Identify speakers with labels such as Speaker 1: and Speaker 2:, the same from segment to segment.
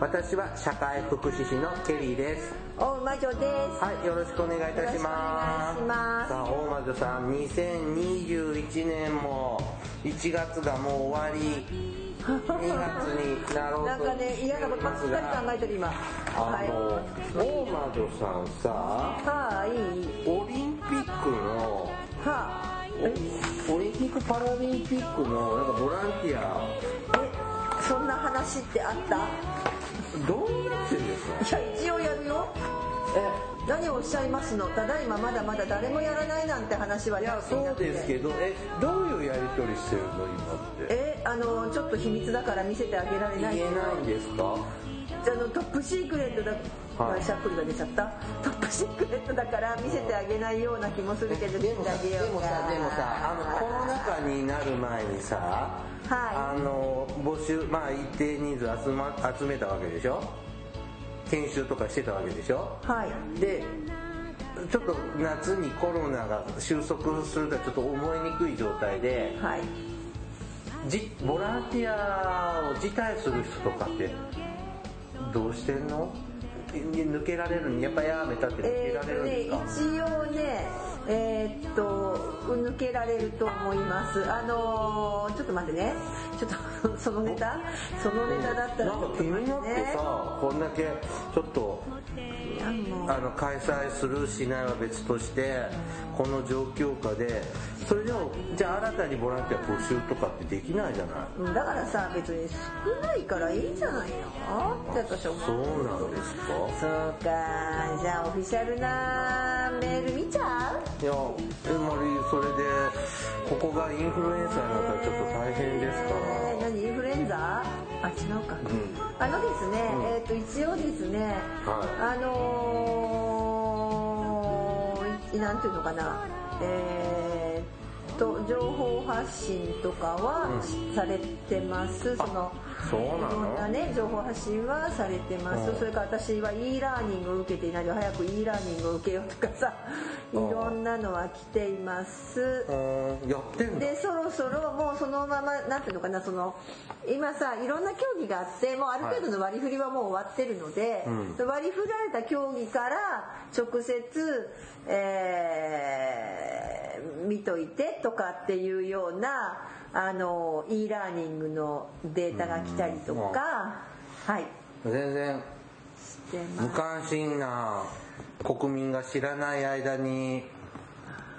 Speaker 1: 私は社会福祉士のケリーです
Speaker 2: 大魔女です。
Speaker 1: はい、よろしくお願いいたします。
Speaker 2: よろしくお願いしま
Speaker 1: さ
Speaker 2: す
Speaker 1: あ、大魔女さん、2021年も1月がもう終わり、2月になろうと
Speaker 2: なんかね、嫌なことばっかり考えてる今。
Speaker 1: あの、
Speaker 2: は
Speaker 1: 大魔女さん
Speaker 2: い。
Speaker 1: さ、
Speaker 2: はーい。
Speaker 1: オリンピックの、
Speaker 2: は
Speaker 1: オリンピック・パラリンピックのなんかボランティア、
Speaker 2: あ。え、そんな話ってあった
Speaker 1: どうなってるんですか
Speaker 2: いや、一応やるよ。
Speaker 1: え
Speaker 2: 何をおっしゃいますのただいままだまだ誰もやらないなんて話はい
Speaker 1: や、そうですけ
Speaker 2: ど。
Speaker 1: ど、え、どういうやり取りしてるの、今って。
Speaker 2: え、あの、ちょっと秘密だから見せてあげられ
Speaker 1: 言
Speaker 2: ないけ
Speaker 1: え
Speaker 2: ど。
Speaker 1: ないんですか
Speaker 2: あのトップシークレットだ、
Speaker 1: はい
Speaker 2: あしゃっくりが出ちゃったトップシークレットだから見せてあげないような気もするけど見
Speaker 1: で
Speaker 2: せ
Speaker 1: も
Speaker 2: て
Speaker 1: さ
Speaker 2: あげよ
Speaker 1: で
Speaker 2: う
Speaker 1: も
Speaker 2: か
Speaker 1: さでもさあのコロナ禍になる前にさ、
Speaker 2: は
Speaker 1: あの募集まあ一定人数集,、ま、集めたわけでしょ研修とかしてたわけでしょ
Speaker 2: はい
Speaker 1: でちょっと夏にコロナが収束するとはちょっと思いにくい状態で
Speaker 2: はい
Speaker 1: じボランティアを辞退する人とかってどうしてんの抜けられるのやっぱやめたって抜け
Speaker 2: え
Speaker 1: られるんです
Speaker 2: ー
Speaker 1: か、
Speaker 2: っとね、一応ね、えーっと、抜けられると思います。あのーちょっと待ってね。ちょっと、そのネタそのネタだったら
Speaker 1: なんか気になってさこんだけちょっと
Speaker 2: あの
Speaker 1: あの開催するしないは別としてこの状況下でそれでもじゃあ新たにボランティア募集とかってできないじゃない
Speaker 2: うんだからさ、別に少ないからいいんじゃないのって私は思
Speaker 1: そうなんですか
Speaker 2: そうか、じゃあオフィシャルなメール見ちゃ
Speaker 1: い
Speaker 2: う
Speaker 1: やえまりそれでここがインフルエンサーになったらちょっと大変ですから、
Speaker 2: えー何インフルエンザあ違うか、あのですね、えっ、と一応ですね、
Speaker 1: は
Speaker 2: あのーいなんていうのかなえーっと情報発信とかはされてます、その
Speaker 1: そうない
Speaker 2: ろんな
Speaker 1: の
Speaker 2: ね情報発信はされてます、
Speaker 1: うん
Speaker 2: それから私は e ラーニングを受けていないので早く e ラーニングを受けようとかさい
Speaker 1: うん
Speaker 2: ろんなのは来ています、
Speaker 1: うーんやってんだ
Speaker 2: でそろそろもうそのままなんていうのかなその今さいろんな競技があってもうある程度の割り振りはもう終わってるので、
Speaker 1: うん
Speaker 2: その割り振られた競技から直接、えー見といてとかっていうようなあの e ラーニングのデータが来たりとか、はい
Speaker 1: 全然
Speaker 2: して
Speaker 1: 無
Speaker 2: ます。
Speaker 1: 関心な国民が知らない間に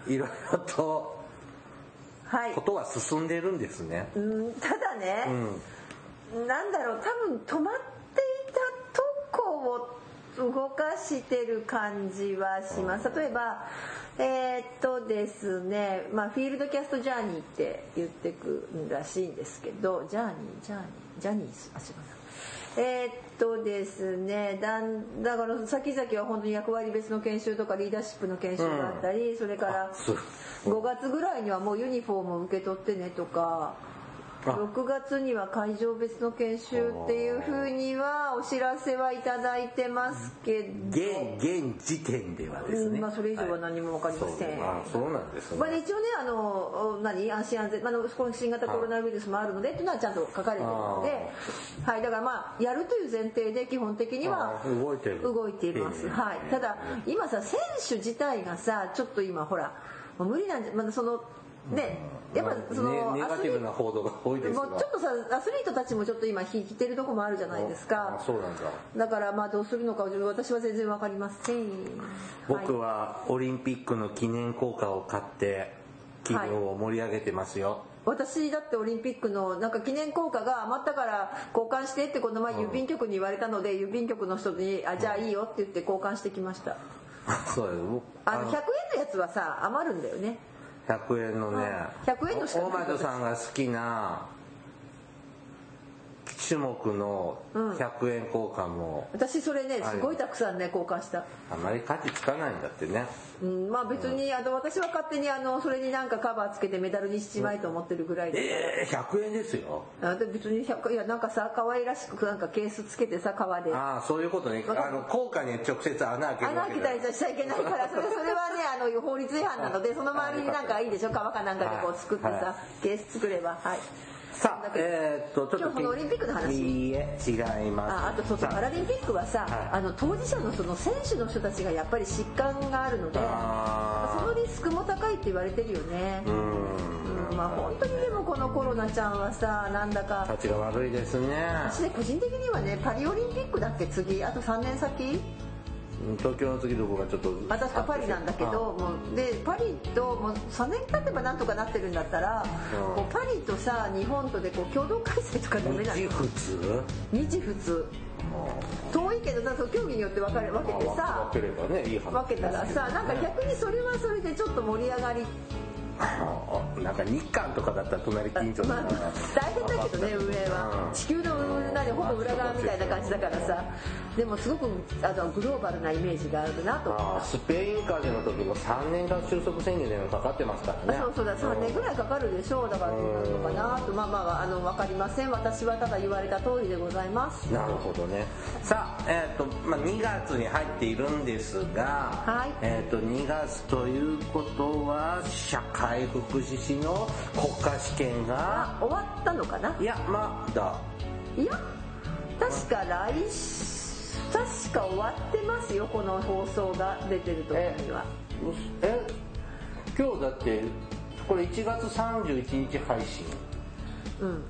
Speaker 1: いろいろと
Speaker 2: はい
Speaker 1: ことは進んでるんですね。
Speaker 2: うんただね、
Speaker 1: うん。
Speaker 2: なんだろう多分止まっていたとこを動かしてる感じはします例えばえーっとですね、まあ、フィールドキャストジャーニーって言ってくんらしいんですけどジャーニージャーニージャニーズあ違うなえーっとですねだんだから先々は本当に役割別の研修とかリーダーシップの研修があったり、それから
Speaker 1: あそう
Speaker 2: 5月ぐらいにはもうユニフォームを受け取ってねとか
Speaker 1: あ
Speaker 2: 6月には会場別の研修っていうふうにはお知らせはいただいてますけど、
Speaker 1: 現現時点ではです
Speaker 2: う
Speaker 1: ね。
Speaker 2: んまあ、それ以上は
Speaker 1: はい
Speaker 2: 何も分かりません、
Speaker 1: そうあそうなんですね。
Speaker 2: まあ、一応ねあのお何安心安全、まあ、あのこの新型コロナウイルスもあるのでっていうのはちゃんと書かれてるので、はい、だからまあやるという前提で基本的には
Speaker 1: あー動いてる
Speaker 2: 動いています、
Speaker 1: ええ
Speaker 2: はい、ただ今さ選手自体がさちょっと今ほらもう無理なんじゃまだそのねやっぱその
Speaker 1: ねネガ
Speaker 2: アス
Speaker 1: テ
Speaker 2: リ
Speaker 1: ィ
Speaker 2: ー
Speaker 1: ブな報道が多いですが。
Speaker 2: もうちょっとさアスリートたちもちょっと今引いてるとこもあるじゃないです
Speaker 1: あ
Speaker 2: か
Speaker 1: そうなんだ。
Speaker 2: だからまあどうするのか私は全然わかりません
Speaker 1: 僕
Speaker 2: はい
Speaker 1: はオリンピックの記念硬貨を買って気分を盛り上げてますよ。
Speaker 2: 私だってオリンピックのなんか記念硬貨が余ったから交換してってこの前郵便局に言われたので郵便局の人に「あじゃあいいよ」って言って交換してきました
Speaker 1: そうだよ。
Speaker 2: あの100円のやつはさ余るんだよね
Speaker 1: 100円のね
Speaker 2: 100円のしか
Speaker 1: 大
Speaker 2: ない
Speaker 1: 窓さんが好きな種目の100円交換も、
Speaker 2: 私それねすごいたくさんね交換した、
Speaker 1: あまり価値つかないんだってね
Speaker 2: うん、まあ別にあの私は勝手にあのそれになんかカバーつけてメダルにしちまえと思ってるぐらいで、
Speaker 1: ええ100円ですよ
Speaker 2: あで別に100いやなんかさ可愛らしくなんかケースつけてさ革で
Speaker 1: ああそういうことねあの効果に直接穴開ける
Speaker 2: 穴
Speaker 1: わ
Speaker 2: 開
Speaker 1: け
Speaker 2: け
Speaker 1: だ
Speaker 2: たりしちゃいけないからそれ それはねあの法律違反なのでその周りになんかいいでしょ革かなんかでこう作って
Speaker 1: は
Speaker 2: さケース作ればはい
Speaker 1: さあえー、っとちょっと
Speaker 2: 今日このオリンピックの話
Speaker 1: いいえ違います
Speaker 2: ああとそうそう
Speaker 1: さ
Speaker 2: パラリンピックはさ
Speaker 1: はい
Speaker 2: あの当事者のその選手の人たちがやっぱり疾患があるので
Speaker 1: あー
Speaker 2: そのリスクも高いって言われてるよね
Speaker 1: うー
Speaker 2: うん
Speaker 1: ん
Speaker 2: まあ本当にでもこのコロナちゃんはさなんだか
Speaker 1: 価値が悪いですね
Speaker 2: 私ね個人的にはねパリオリンピックだっけ次あと3年先
Speaker 1: うん東京の次どこがちょっと
Speaker 2: 私がパリなんだけどもうでパリともう3年経てばなんとかなってるんだったら
Speaker 1: うん
Speaker 2: こうパリとさ日本とでこう共同開催とかダメな
Speaker 1: 日
Speaker 2: の
Speaker 1: 普通
Speaker 2: 日普通遠いけどだから競技によって分かれ分けてさ
Speaker 1: 分ければねいい話
Speaker 2: 分けたらさなんか逆にそれはそれでちょっと盛り上がり
Speaker 1: あなんか日韓とかだったら隣近所
Speaker 2: ま
Speaker 1: だ
Speaker 2: あ
Speaker 1: か
Speaker 2: ま
Speaker 1: ら
Speaker 2: あ大変だけどね運営
Speaker 1: う
Speaker 2: は
Speaker 1: ん
Speaker 2: 地球の裏でほぼ裏側みたいな感じだからさでもすごくあのグローバルなイメージがあるなと思
Speaker 1: あースペイン風邪の時も3年間収束宣言でかかってますからね
Speaker 2: そうそうだ3年ぐらいかかるでしょうだからどうなるのかなとまあまああの分かりません私はただ言われた通りでございます
Speaker 1: なるほどねさあ、えーとまあ、2月に入っているんですが、
Speaker 2: はい
Speaker 1: えー、と2月ということは社会福祉士の国家試験が
Speaker 2: あ終わったのかない
Speaker 1: やまだ
Speaker 2: いや確か来確か終わってますよこの放送が出てる時には
Speaker 1: え今日だってこれ1月31日配信
Speaker 2: うん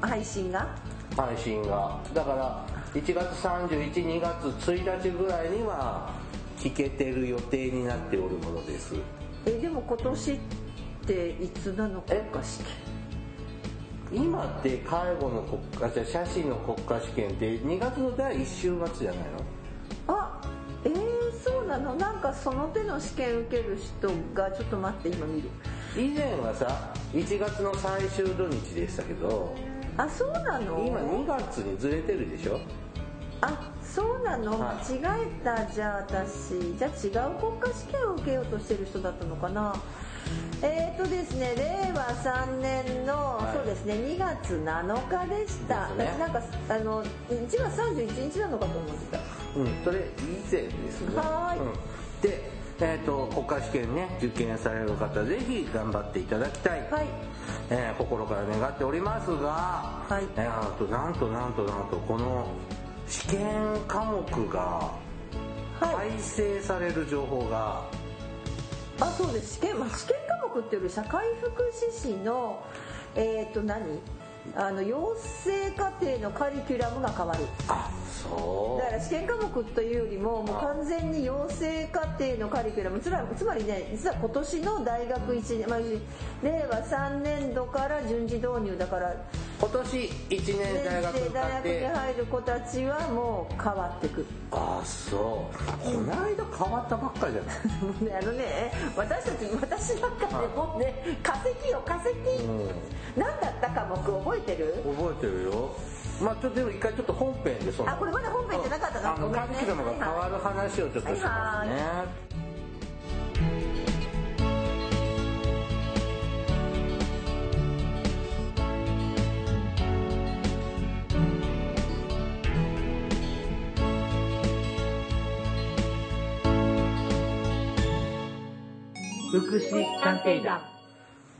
Speaker 2: 配信が
Speaker 1: 配信がだから1月312月1日ぐらいには聞けてる予定になっておるものです
Speaker 2: えでも今年っていつなのか
Speaker 1: え
Speaker 2: 試験
Speaker 1: 今って介護の国家じゃあ写真の国家試験って2月の第1週末じゃないの
Speaker 2: あえー、そうなのなんかその手の試験受ける人がちょっと待って今見る
Speaker 1: 以前はさ1月の最終土日でしたけど
Speaker 2: あそうなの
Speaker 1: 今2月にずれてるでしょ
Speaker 2: あそうなの間
Speaker 1: は
Speaker 2: 違えたじゃあ私じゃあ違う国家試験を受けようとしてる人だったのかなえーとですね令和3年の、
Speaker 1: はい
Speaker 2: そうですね2月7日でした
Speaker 1: ですね
Speaker 2: 私なんかあの1月31日なのかと思ってた
Speaker 1: うんそれ以前ですね
Speaker 2: はーい
Speaker 1: うん、で、えー、と国家試験ね受験される方ぜひ頑張っていただきたい、
Speaker 2: はい
Speaker 1: えー心から願っておりますが、
Speaker 2: はい
Speaker 1: えーあとなんとなんとなんとこの試験科目が
Speaker 2: はい
Speaker 1: 改正される情報が、
Speaker 2: あそうです試験、まあ、試験科目っていうより社会福祉士のえっ、と何あの養成課程のカリキュラムが変わる
Speaker 1: あそ
Speaker 2: だから試験科目というよりももう完全に養成課程のカリキュラムつまりつまりね実は今年の大学1年、まあ、令和3年度から順次導入だから
Speaker 1: う今年1年大学
Speaker 2: 年
Speaker 1: 受
Speaker 2: 生
Speaker 1: か
Speaker 2: 大
Speaker 1: っ
Speaker 2: 学に
Speaker 1: て
Speaker 2: 入る子たちはもう変わってくる
Speaker 1: あそうこの間変わったばっかじ ゃない
Speaker 2: もうねあのね私たち私なんかねもうね化石よ化石、何だった科目覚えてる
Speaker 1: 覚えてるよまあちょっとでも一回ちょっと本編でその
Speaker 2: あこれまだ本編じゃなかったの
Speaker 1: あの
Speaker 2: ごめん
Speaker 1: カ
Speaker 2: ね
Speaker 1: リキュラムが変わる話をちょっとしますね、
Speaker 2: はい
Speaker 3: 福祉探偵団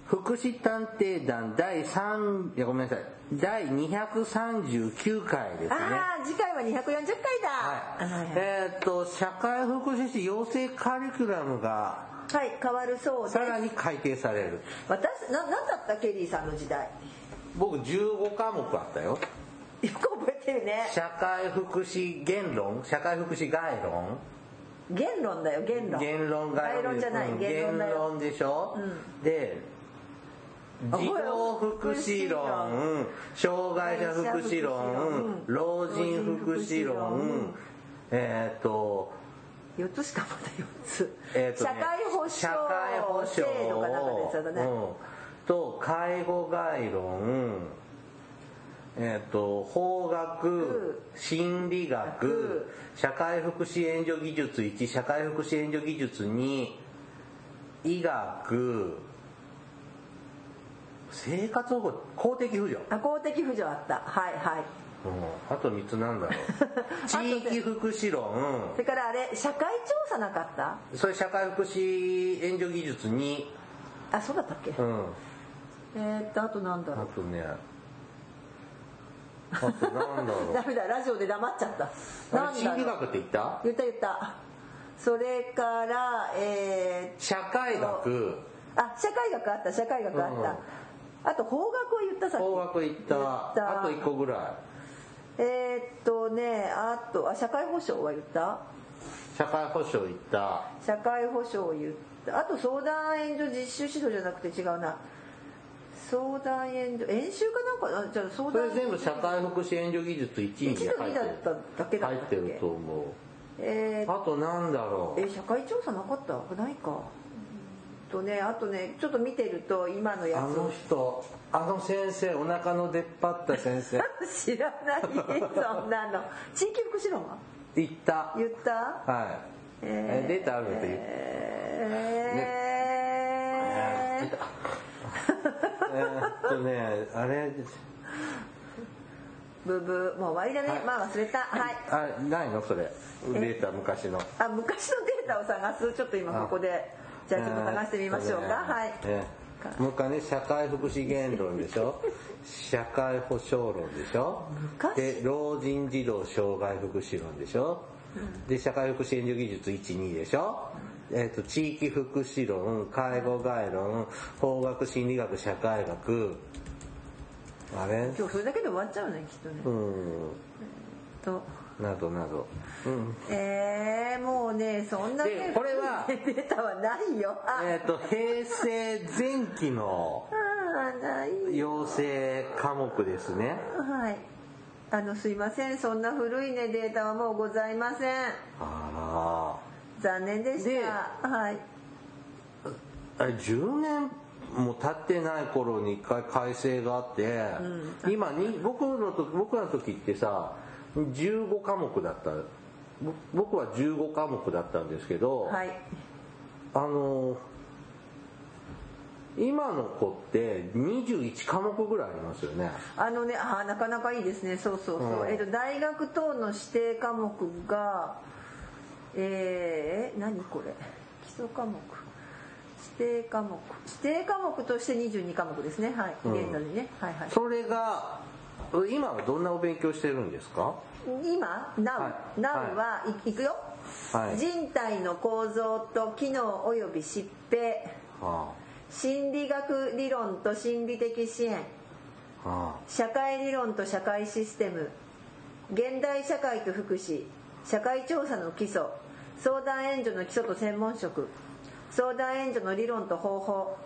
Speaker 1: 福祉探偵団第3いやごめんなさい第239回ですね
Speaker 2: ああ次回は240回
Speaker 1: はい
Speaker 2: だ、
Speaker 1: えーっと社会福祉士養成カリキュラムが
Speaker 2: はい、変わるそうです
Speaker 1: さらに改定される
Speaker 2: 私な何だったケリーさんの時代
Speaker 1: 僕15科目あったよ
Speaker 2: よく覚えてるね
Speaker 1: 社会福祉言論社会福祉概論
Speaker 2: 言論だよ言論
Speaker 1: 言論概
Speaker 2: 概論じゃない
Speaker 1: うん
Speaker 2: 言論だ
Speaker 1: 言
Speaker 2: よ
Speaker 1: 論でしょ、で
Speaker 2: あ
Speaker 1: 児童福祉論障害者福祉論老
Speaker 2: 老
Speaker 1: 人
Speaker 2: 人
Speaker 1: 福
Speaker 2: 福
Speaker 1: 祉
Speaker 2: 祉論
Speaker 1: 論えーっと
Speaker 2: 4つしかまだ4つ、
Speaker 1: えーっと
Speaker 2: 社
Speaker 1: ね
Speaker 2: 会保障
Speaker 1: 社会保障
Speaker 2: 制度かなんかのやつだね、
Speaker 1: うんと介護概論えっと法学心理学社会福祉援助技術1社会福祉援助技術2医学生活保護公的扶助、
Speaker 2: あ公的扶助あったはいはい
Speaker 1: うん、あと3つなんだ ろう地域福祉論
Speaker 2: それからあれ社会調査なかった
Speaker 1: それ社会福祉援助技術2
Speaker 2: あそうだったっけ、
Speaker 1: うん
Speaker 2: えー、っとあとなんだろ
Speaker 1: あ
Speaker 2: う
Speaker 1: とねあとなんだ ろう
Speaker 2: ダメだラジオで黙っちゃった
Speaker 1: あれ
Speaker 2: なんだ
Speaker 1: 心理
Speaker 2: ろう
Speaker 1: 学って言った
Speaker 2: 言った言ったそれからえー、
Speaker 1: 社会学
Speaker 2: あ社会学あった社会学あった、あと法学を言ったさっき
Speaker 1: 法学行った
Speaker 2: た
Speaker 1: あと1個ぐら
Speaker 2: えー、っとねあとあ社会保障は言った
Speaker 1: い社会保障行った
Speaker 2: 社会保障を言ったあと相談援助実習指導じゃなくて違うな相談援助演習かなんかあじゃあ相
Speaker 1: そ
Speaker 2: 談
Speaker 1: れ全部社会福祉援助技術1位に入
Speaker 2: 一と二だ
Speaker 1: っ
Speaker 2: ってた
Speaker 1: る
Speaker 2: だけだ
Speaker 1: 入
Speaker 2: っ
Speaker 1: って
Speaker 2: たっ
Speaker 1: る
Speaker 2: け
Speaker 1: と思う
Speaker 2: えー
Speaker 1: あとなんだろう
Speaker 2: え社会調査なかったないかとねあとねちょっと見てると今の
Speaker 1: あ
Speaker 2: や
Speaker 1: の人あの先生お腹の出っ張った先生
Speaker 2: つ 知らないそんなの地域福祉論は
Speaker 1: 行った
Speaker 2: 言った
Speaker 1: はいえデータあるって言うねえ
Speaker 2: えー
Speaker 1: ーっとねあれ
Speaker 2: ブブーもう終わりだね、
Speaker 1: はい
Speaker 2: まあ忘れたはい
Speaker 1: あないのそれデータ昔の
Speaker 2: あ昔のデータを探すちょっと今ここでじゃあちょっと探してみましょうかは
Speaker 1: え
Speaker 2: い
Speaker 1: ーっとねえーもう一回ね社会福祉言論でし ょ社会保障論でしょ
Speaker 2: 昔
Speaker 1: で老人児童障害福祉論でしょで社会福祉援助技術12でしょえーっと地域福祉論介護概論法学心理学社会学あれ
Speaker 2: 今日それだけで終わっちゃうねきっとね、
Speaker 1: うん
Speaker 2: と
Speaker 1: などなどうん
Speaker 2: えー、もうねそんな
Speaker 1: で
Speaker 2: ね
Speaker 1: これは
Speaker 2: データはないよあ、
Speaker 1: えっ、と平成前期の
Speaker 2: あーないよ
Speaker 1: 養成科目ですね
Speaker 2: はいあのすいませんそんな古いねデータはもうございません
Speaker 1: あ
Speaker 2: 残念でし
Speaker 1: で
Speaker 2: たはい
Speaker 1: ああれ10年も経ってない頃に一回改正があって、今に僕の時僕らの時ってさ15科目だったぼ僕は15科目だったんですけど、
Speaker 2: はい
Speaker 1: あの今の子って21科目ぐらいありますよね
Speaker 2: あのねあーなかなかいいですねそうそうそう、
Speaker 1: うん
Speaker 2: えっと大学等の指定科目がえー、え何これ基礎科目指定科目指定科目として22科目ですねはい
Speaker 1: ん
Speaker 2: 現在ね、はいはい
Speaker 1: それが今はどんなお勉強してるんですか
Speaker 2: 今 Now、
Speaker 1: はい
Speaker 2: Now
Speaker 1: はい
Speaker 2: はい、いくよ、
Speaker 1: はい
Speaker 2: 人体の構造と機能及び疾病
Speaker 1: あ
Speaker 2: 心理学理論と心理的支援
Speaker 1: ああ
Speaker 2: 社会理論と社会システム現代社会と福祉社会調査の基礎相談援助の基礎と専門職相談援助の理論と方法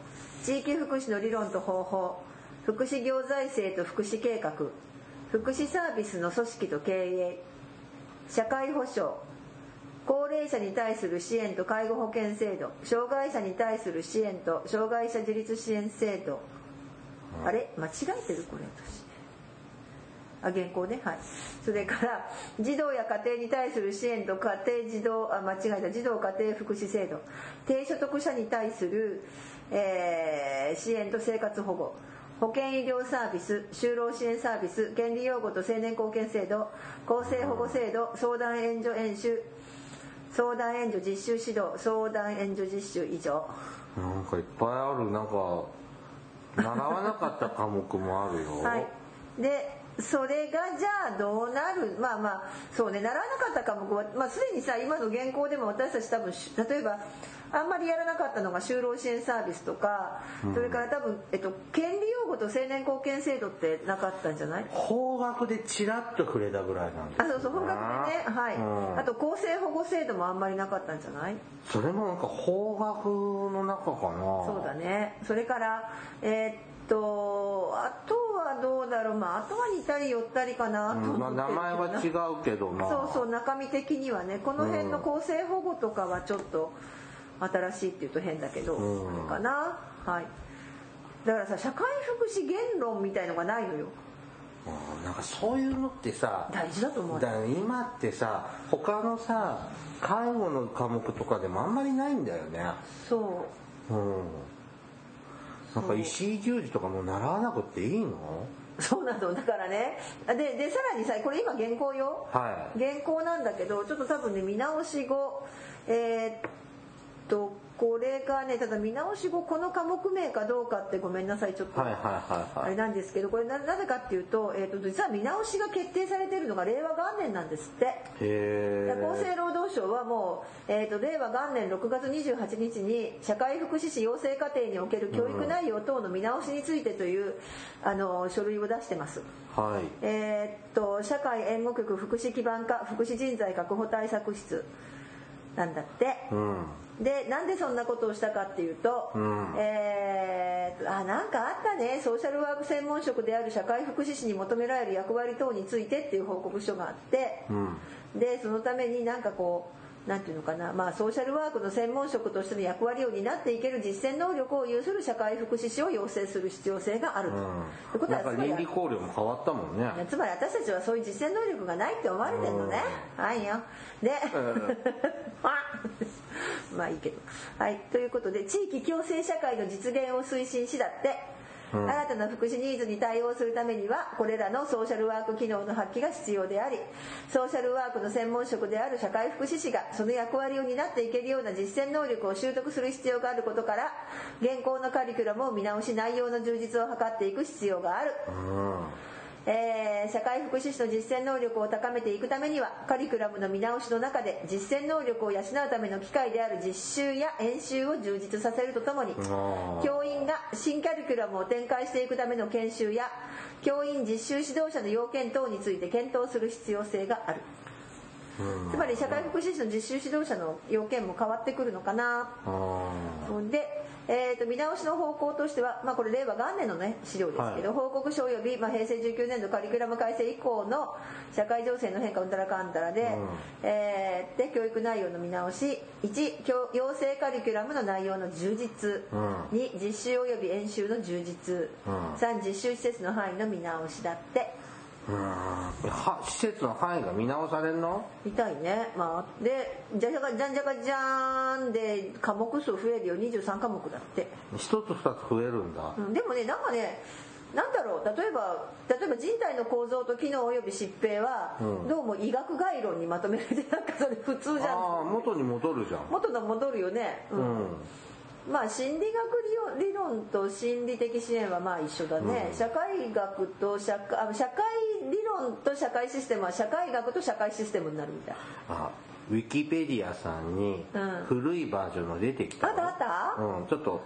Speaker 2: 地域福祉の理論と方法福祉行財政と福祉計画福祉サービスの組織と経営社会保障高齢者に対する支援と介護保険制度障害者に対する支援と障害者自立支援制度あれ間違えてるこれ私あ原稿ねはいそれから児童や家庭に対する支援と家庭児童あ間違えた児童家庭福祉制度低所得者に対する、えー支援と生活保護保健医療サービス就労支援サービス権利擁護と青年貢献制度厚生保護制度相談援助演習相談援助実習指導相談援助実習以上
Speaker 1: なんかいっぱいあるなんか習わなかった科目もあるよ、
Speaker 2: はい、でそれがじゃあどうなるまあまあそうね習わなかった科目は、まあ、すでにさ今の現行でも私たち多分し例えばあんまりやらなかったのが就労支援サービスとか、それから多分、えっと、権利擁護と青年貢献制度ってなかったんじゃない
Speaker 1: 法学でちらっと触れたぐらいなんです
Speaker 2: あそうそう法学でねはい、
Speaker 1: うん
Speaker 2: あと厚生保護制度もあんまりなかったんじゃない
Speaker 1: それもなんか法学の中かな
Speaker 2: そうだねそれからえーっとあとはどうだろうまああとは似たり寄ったりかなと
Speaker 1: う
Speaker 2: 思っ
Speaker 1: ん
Speaker 2: て
Speaker 1: まあ、名前は違うけどまあ
Speaker 2: そうそう中身的にはねこの辺の構成保護とかはちょっと新しいっていうと変だけど、
Speaker 1: うん
Speaker 2: あれかなはいだからさ社会福祉言論みたいのがないのよ
Speaker 1: あーななんかそういうのってさ
Speaker 2: 大事だと思うよ
Speaker 1: だから今ってさ他のさ介護の科目とかでもあんまりないんだよね
Speaker 2: そ
Speaker 1: うんなん
Speaker 2: そ
Speaker 1: か
Speaker 2: う
Speaker 1: 石井十字とかもう習わなくていいの
Speaker 2: うそうなのだからねででさらにさこれ今原稿よ
Speaker 1: はい
Speaker 2: 原稿なんだけどちょっと多分ね見直し後えーっとこれがねただ見直し後この科目名かどうかってごめんなさいちょっと、
Speaker 1: はいはい
Speaker 2: あ
Speaker 1: はいは
Speaker 2: れ
Speaker 1: い
Speaker 2: なんですけどこれななぜかっていうと,、えーっと実は見直しが決定されているのが令和元年なんですって。
Speaker 1: へ
Speaker 2: 厚生
Speaker 1: え
Speaker 2: 労働省はもう、えー、と令和元年6月28日に社会福祉士養成課程における教育内容等の見直しについてという、あの書類を出してます。
Speaker 1: はい
Speaker 2: えーっと社会援護局福祉基盤課福祉人材確保対策室なんだって、
Speaker 1: うん
Speaker 2: でなんでそんなことをしたかっていうと、
Speaker 1: うん
Speaker 2: えーっとあなんかあったねソーシャルワーク専門職である社会福祉士に求められる役割等についてっていう報告書があって、
Speaker 1: うん
Speaker 2: でそのためになんかこうなんていうのかな、まあ、ソーシャルワークの専門職としての役割を担っていける実践能力を有する社会福祉士を養成する必要性があると。という
Speaker 1: う
Speaker 2: こ
Speaker 1: ん
Speaker 2: と
Speaker 1: なん
Speaker 2: は
Speaker 1: か
Speaker 2: つまり
Speaker 1: 倫理考慮も変わったもんね
Speaker 2: つまり私たちはそういう実践能力がないって思われてるのね、はいよで、 あまあいいけどはいということで地域共生社会の実現を推進しだって、
Speaker 1: うん
Speaker 2: 新たな福祉ニーズに対応するためにはこれらのソーシャルワーク機能の発揮が必要でありソーシャルワークの専門職である社会福祉士がその役割を担っていけるような実践能力を習得する必要があることから現行のカリキュラムを見直し内容の充実を図っていく必要がある
Speaker 1: うん
Speaker 2: えー社会福祉士の実践能力を高めていくためにはカリキュラムの見直しの中で実践能力を養うための機会である実習や演習を充実させるとともに
Speaker 1: あー
Speaker 2: 教員が新カリキュラムを展開していくための研修や教員実習指導者の要件等について検討する必要性がある
Speaker 1: うん
Speaker 2: つまり社会福祉士の実習指導者の要件も変わってくるのかな
Speaker 1: あー
Speaker 2: で、えー、と見直しの方向としては、まあ、これ令和元年の、ね、資料ですけど、
Speaker 1: は
Speaker 2: 報告書及び、まあ、平成19年度カリキュラム改正以降の社会情勢の変化うんたらかんたらで,、えーで教育内容の見直し1教養成カリキュラムの内容の充実、
Speaker 1: う
Speaker 2: 2実習及び演習の充実、
Speaker 1: うん
Speaker 2: 3実習施設の範囲の見直しだって
Speaker 1: うんは施設の範囲が見直されるの
Speaker 2: 痛いね、まあ、でじゃじゃかじゃんじゃかじゃーんで科目数増えるよ23科目だって。
Speaker 1: 一つ二つ増えるんだ
Speaker 2: うんでもねなんかねなんだろう例えば例えば人体の構造と機能及び疾病は、
Speaker 1: うん
Speaker 2: どうも医学概論にまとめられてなんかそれ普通じゃ
Speaker 1: ああ
Speaker 2: ん
Speaker 1: 元に戻るじゃん
Speaker 2: 元の戻るよね、う
Speaker 1: うんん
Speaker 2: まあ心理学理論理論と心理的支援はまあ一緒だね、
Speaker 1: うん
Speaker 2: 社会学と社会あ社会理論と社会システムは社会学と社会システムになるみたい
Speaker 1: あウィキペディアさんに
Speaker 2: うん
Speaker 1: 古いバージョンの出てきた
Speaker 2: あったあった
Speaker 1: うんちょっと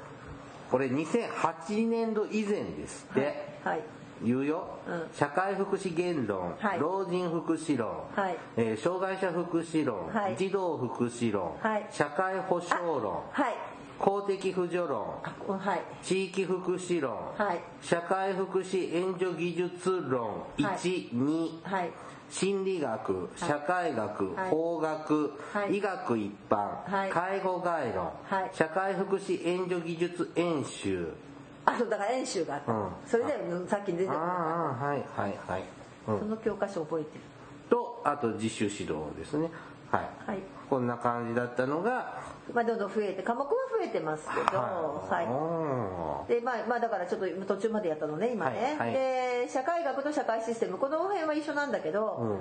Speaker 1: これ2008年度以前ですって、
Speaker 2: はい
Speaker 1: 言うよ、
Speaker 2: うん
Speaker 1: 社会福祉言論、
Speaker 2: はい
Speaker 1: 老人福祉論、
Speaker 2: はい
Speaker 1: えー障害者福祉論、
Speaker 2: はい
Speaker 1: 児童福祉論、
Speaker 2: はい
Speaker 1: 社会保障論、
Speaker 2: はい
Speaker 1: 公的扶助論
Speaker 2: あうんはい
Speaker 1: 地域福祉論、
Speaker 2: はい
Speaker 1: 社会福祉援助技術論
Speaker 2: はい
Speaker 1: 12、
Speaker 2: はい
Speaker 1: 心理学、社会学、
Speaker 2: はい
Speaker 1: 法学、
Speaker 2: はい
Speaker 1: 医学一般、
Speaker 2: はい
Speaker 1: 介護概論、
Speaker 2: はい
Speaker 1: 社会福祉援助技術演習
Speaker 2: あそうだから演習があった、
Speaker 1: うん
Speaker 2: それだよねさっき出て
Speaker 1: ああ
Speaker 2: た
Speaker 1: ああはいはいはい、う
Speaker 2: そ
Speaker 1: ん、
Speaker 2: の教科書覚えてる
Speaker 1: とあと自主指導ですねはい、
Speaker 2: はい
Speaker 1: こんな感じだったのが
Speaker 2: まあ、どんどん増えて科目は増えてますけど、はい
Speaker 1: はい
Speaker 2: でまあまあ、だからちょっと今途中までやったのね今ね、
Speaker 1: はいはい
Speaker 2: で社会学と社会システムこの辺は一緒なんだけ
Speaker 1: う
Speaker 2: ど、
Speaker 1: ん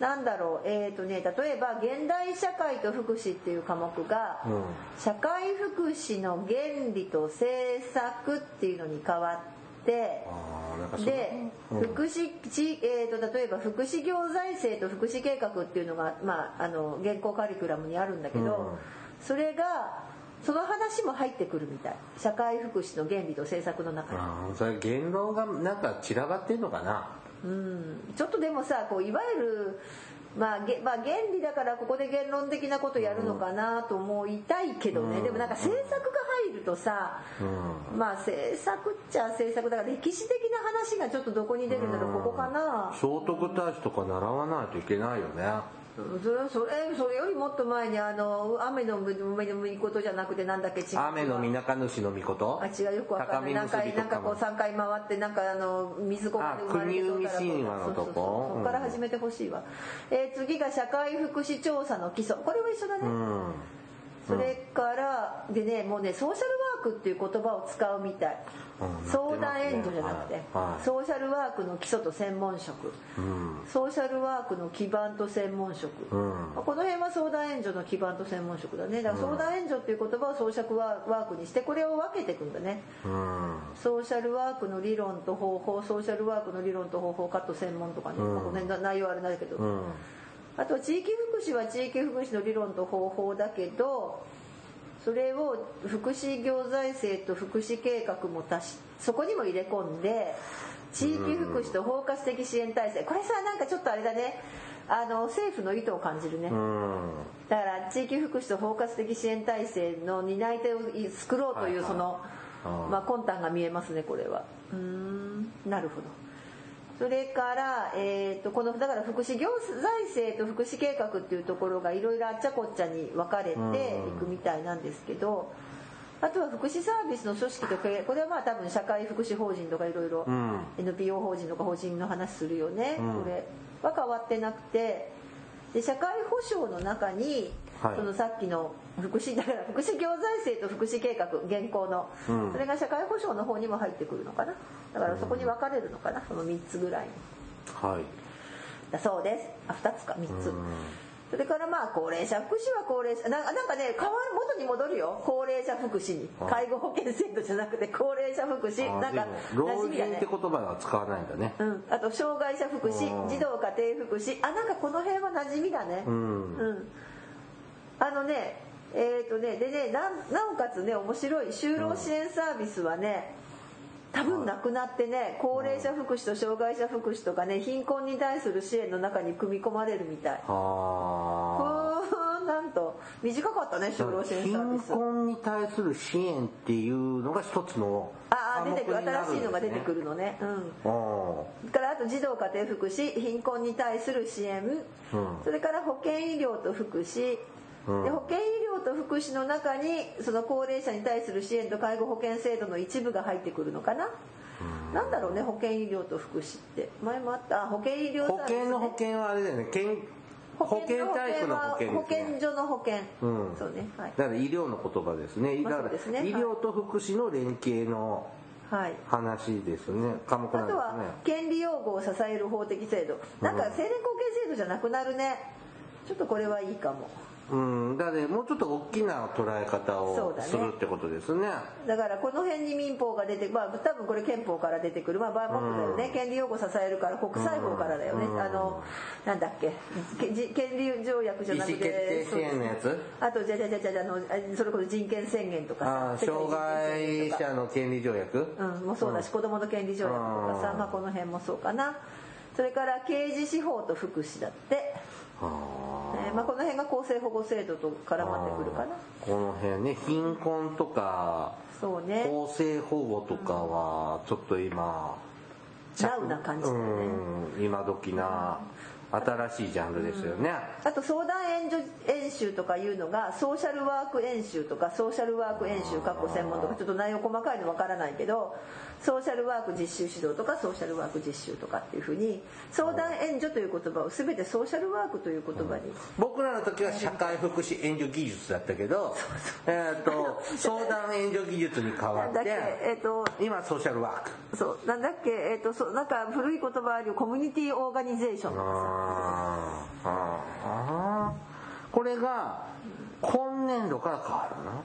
Speaker 2: なんだろうえっ、とね例えば現代社会と福祉っていう科目が、
Speaker 1: うん
Speaker 2: 社会福祉の原理と政策っていうのに変わって
Speaker 1: ああなんかその
Speaker 2: で、
Speaker 1: うん
Speaker 2: 福祉地、えー、と例えば福祉行財政と福祉計画っていうのが、まあ、あの現行カリキュラムにあるんだけど、
Speaker 1: うん
Speaker 2: それがその話も入ってくるみたい社会福祉の原理と政策の中に、
Speaker 1: ああそれ言論がなんか散らばってんのかな
Speaker 2: ちょっとでもさこういわゆる、まあげまあ、原理だからここで言論的なことやるのかなと思いたいけどね、
Speaker 1: うん
Speaker 2: でもなんか政策が入るとさ、
Speaker 1: うん
Speaker 2: まあ政策っちゃ政策だから歴史的な話がちょっとどこに出るんだろうここかな。
Speaker 1: 聖徳太子とか習わないといけないよね
Speaker 2: それはそれそれよりもっと前にあの雨のむめのむことじゃなくてなんだっけ違う
Speaker 1: 雨の水主の御事
Speaker 2: あ違うよくわかんないなん
Speaker 1: 高
Speaker 2: か
Speaker 1: 見結び
Speaker 2: なん
Speaker 1: と
Speaker 2: か
Speaker 1: か
Speaker 2: こ
Speaker 1: も
Speaker 2: う3回回ってなんかあの水こまで生まれてそうだ
Speaker 1: あ国生み神話のとこ
Speaker 2: そうそうそうそこから始めてほしいわ、えー次が社会福祉調査の基礎これは一緒だね、
Speaker 1: うん
Speaker 2: それからでねもうねソーシャルワークっていう言葉を使うみたい、
Speaker 1: うん
Speaker 2: 相談援助じゃなくて、
Speaker 1: はいはい
Speaker 2: ソーシャルワークの基礎と専門職
Speaker 1: うん
Speaker 2: ソーシャルワークの基盤と専門職、
Speaker 1: うん
Speaker 2: この辺は相談援助の基盤と専門職だねだから相談援助っていう言葉をソーシャルワークにしてこれを分けていくんだね
Speaker 1: うん
Speaker 2: ソーシャルワークの理論と方法ソーシャルワークの理論と方法かと専門とかね、
Speaker 1: うん
Speaker 2: まあこの辺の内容はあれなんだけど、
Speaker 1: うん
Speaker 2: あと地域福祉は地域福祉の理論と方法だけどそれを福祉行財政と福祉計画も足しそこにも入れ込んで地域福祉と包括的支援体制これさなんかちょっとあれだねあの政府の意図を感じるね、
Speaker 1: うん
Speaker 2: だから地域福祉と包括的支援体制の担い手を作ろうとい
Speaker 1: はいうはい
Speaker 2: その、
Speaker 1: うん
Speaker 2: まあ、魂胆が見えますねこれはうーんなるほどそれから、えー、とこのだから福祉行財政と福祉計画っていうところがいろいろあっちゃこっちゃに分かれていくみたいなんですけど、あとは福祉サービスの組織とけこれはまあ多分社会福祉法人とかいろいろ
Speaker 1: うん
Speaker 2: NPO 法人とか法人の話するよね、
Speaker 1: うん
Speaker 2: これは変わってなくてで社会保障の中に、
Speaker 1: はい
Speaker 2: そのさっきの福祉だ から福祉行財政と福祉計画現行の、
Speaker 1: うん
Speaker 2: それが社会保障の方にも入ってくるのかなだからそこに分かれるのかなその3つぐらいに
Speaker 1: はい
Speaker 2: だそうですあ2つか3つ、それからまあ高齢者福祉は高齢者なんかなんかね変わる元に戻るよ高齢者福祉に
Speaker 1: あ
Speaker 2: 介護保険制度じゃなくて高齢者福祉
Speaker 1: あ
Speaker 2: なん
Speaker 1: で
Speaker 2: か
Speaker 1: も
Speaker 2: 馴
Speaker 1: 老
Speaker 2: 染みだ
Speaker 1: 人っ
Speaker 2: ね
Speaker 1: て言葉は使わないんだね
Speaker 2: うん、あと障害者福祉
Speaker 1: うん
Speaker 2: 児童家庭福祉あなんかこの辺は馴染みだね
Speaker 1: うん
Speaker 2: うんあのねえっ、とねでねなんなおかつね面白い就労支援サービスはね、多分なくなってね高齢者福祉と障害者福祉とかね貧困に対する支援の中に組み込まれるみたい
Speaker 1: は
Speaker 2: ふ
Speaker 1: あ
Speaker 2: ーんなんと短かったね就労支援サービ
Speaker 1: 貧
Speaker 2: ス
Speaker 1: 困に対する支援っていうのが一つの
Speaker 2: ああ出てくる
Speaker 1: 科目にな
Speaker 2: 新しいのが出て
Speaker 1: る
Speaker 2: く
Speaker 1: んで
Speaker 2: るのねうん
Speaker 1: すねうん
Speaker 2: それからあと児童家庭福祉貧困に対する支援、
Speaker 1: うん
Speaker 2: それから保健医療と福祉、
Speaker 1: うん
Speaker 2: で保健医療と福祉の中にその高齢者に対する支援と介護保険制度の一部が入ってくるのかな、なんだろうね保健医療と福祉って前もあったあ保健医療
Speaker 1: 保
Speaker 2: サービスね
Speaker 1: 険の保険はあれだよね健保険
Speaker 2: の
Speaker 1: タイプの保険
Speaker 2: は保
Speaker 1: ですね
Speaker 2: 健所の保険、
Speaker 1: うん
Speaker 2: そうねはい、
Speaker 1: だから医療の言葉ですねだ
Speaker 2: ま
Speaker 1: か
Speaker 2: あそう
Speaker 1: ら
Speaker 2: ですねはい
Speaker 1: 医療と福祉の連携の
Speaker 2: はい、
Speaker 1: 話ですね科目
Speaker 2: あ
Speaker 1: なんで
Speaker 2: とは権利擁護を支える法的制度なんか成年後見制度じゃなくなるねちょっとこれはいいかも
Speaker 1: すねうんだからもうちょっと大きな捉え方
Speaker 2: そ
Speaker 1: を
Speaker 2: うだね
Speaker 1: するってことですね
Speaker 2: だからこの辺に民法が出てまあ多分これ憲法から出てくるまあバーモントだよね、権利擁護支えるから国際法からだよね、
Speaker 1: うん
Speaker 2: あのなんだっけけじ権利条約じゃ
Speaker 1: 意
Speaker 2: な
Speaker 1: 思
Speaker 2: くて
Speaker 1: 決定支援のやつ
Speaker 2: あとじゃじゃじゃじゃじゃあのあそれこそ人権宣言とか
Speaker 1: あ
Speaker 2: さ
Speaker 1: あ
Speaker 2: 世
Speaker 1: 障害
Speaker 2: 界人権宣言とか
Speaker 1: 者の権利条約
Speaker 2: うん、もうそうだし、子どもの権利条約とかさ、
Speaker 1: うん
Speaker 2: まあ、この辺もそうかなそれから刑事司法と福祉だって、
Speaker 1: は
Speaker 2: えーまあ、この辺が公正保護制度と絡
Speaker 1: あ
Speaker 2: まってくるかな
Speaker 1: この辺ね貧困とか
Speaker 2: そうね
Speaker 1: 公正保護とかはちょっと今
Speaker 2: ナウな感じだよね、
Speaker 1: うん今時な新しいジャンルですよね、
Speaker 2: あと相談援助演習とかいうのがソーシャルワーク演習とかソーシャルワーク演習かっこ専門とかちょっと内容細かいのわからないけどソーシャルワーク実習指導とかソーシャルワーク実習とかっていうふうに相談援助という言葉を全てソーシャルワークという言葉に
Speaker 1: 僕らの時は社会福祉援助技術だったけどえーと相談援助技術に変わ
Speaker 2: なんだ
Speaker 1: っ
Speaker 2: っけ
Speaker 1: て
Speaker 2: えっと
Speaker 1: 今ソーシャルワーク
Speaker 2: そうなんだっけえっとそうなんか古い言葉あるよコミュニティオーガニゼーション
Speaker 1: あーあーこれが今年度から変わるな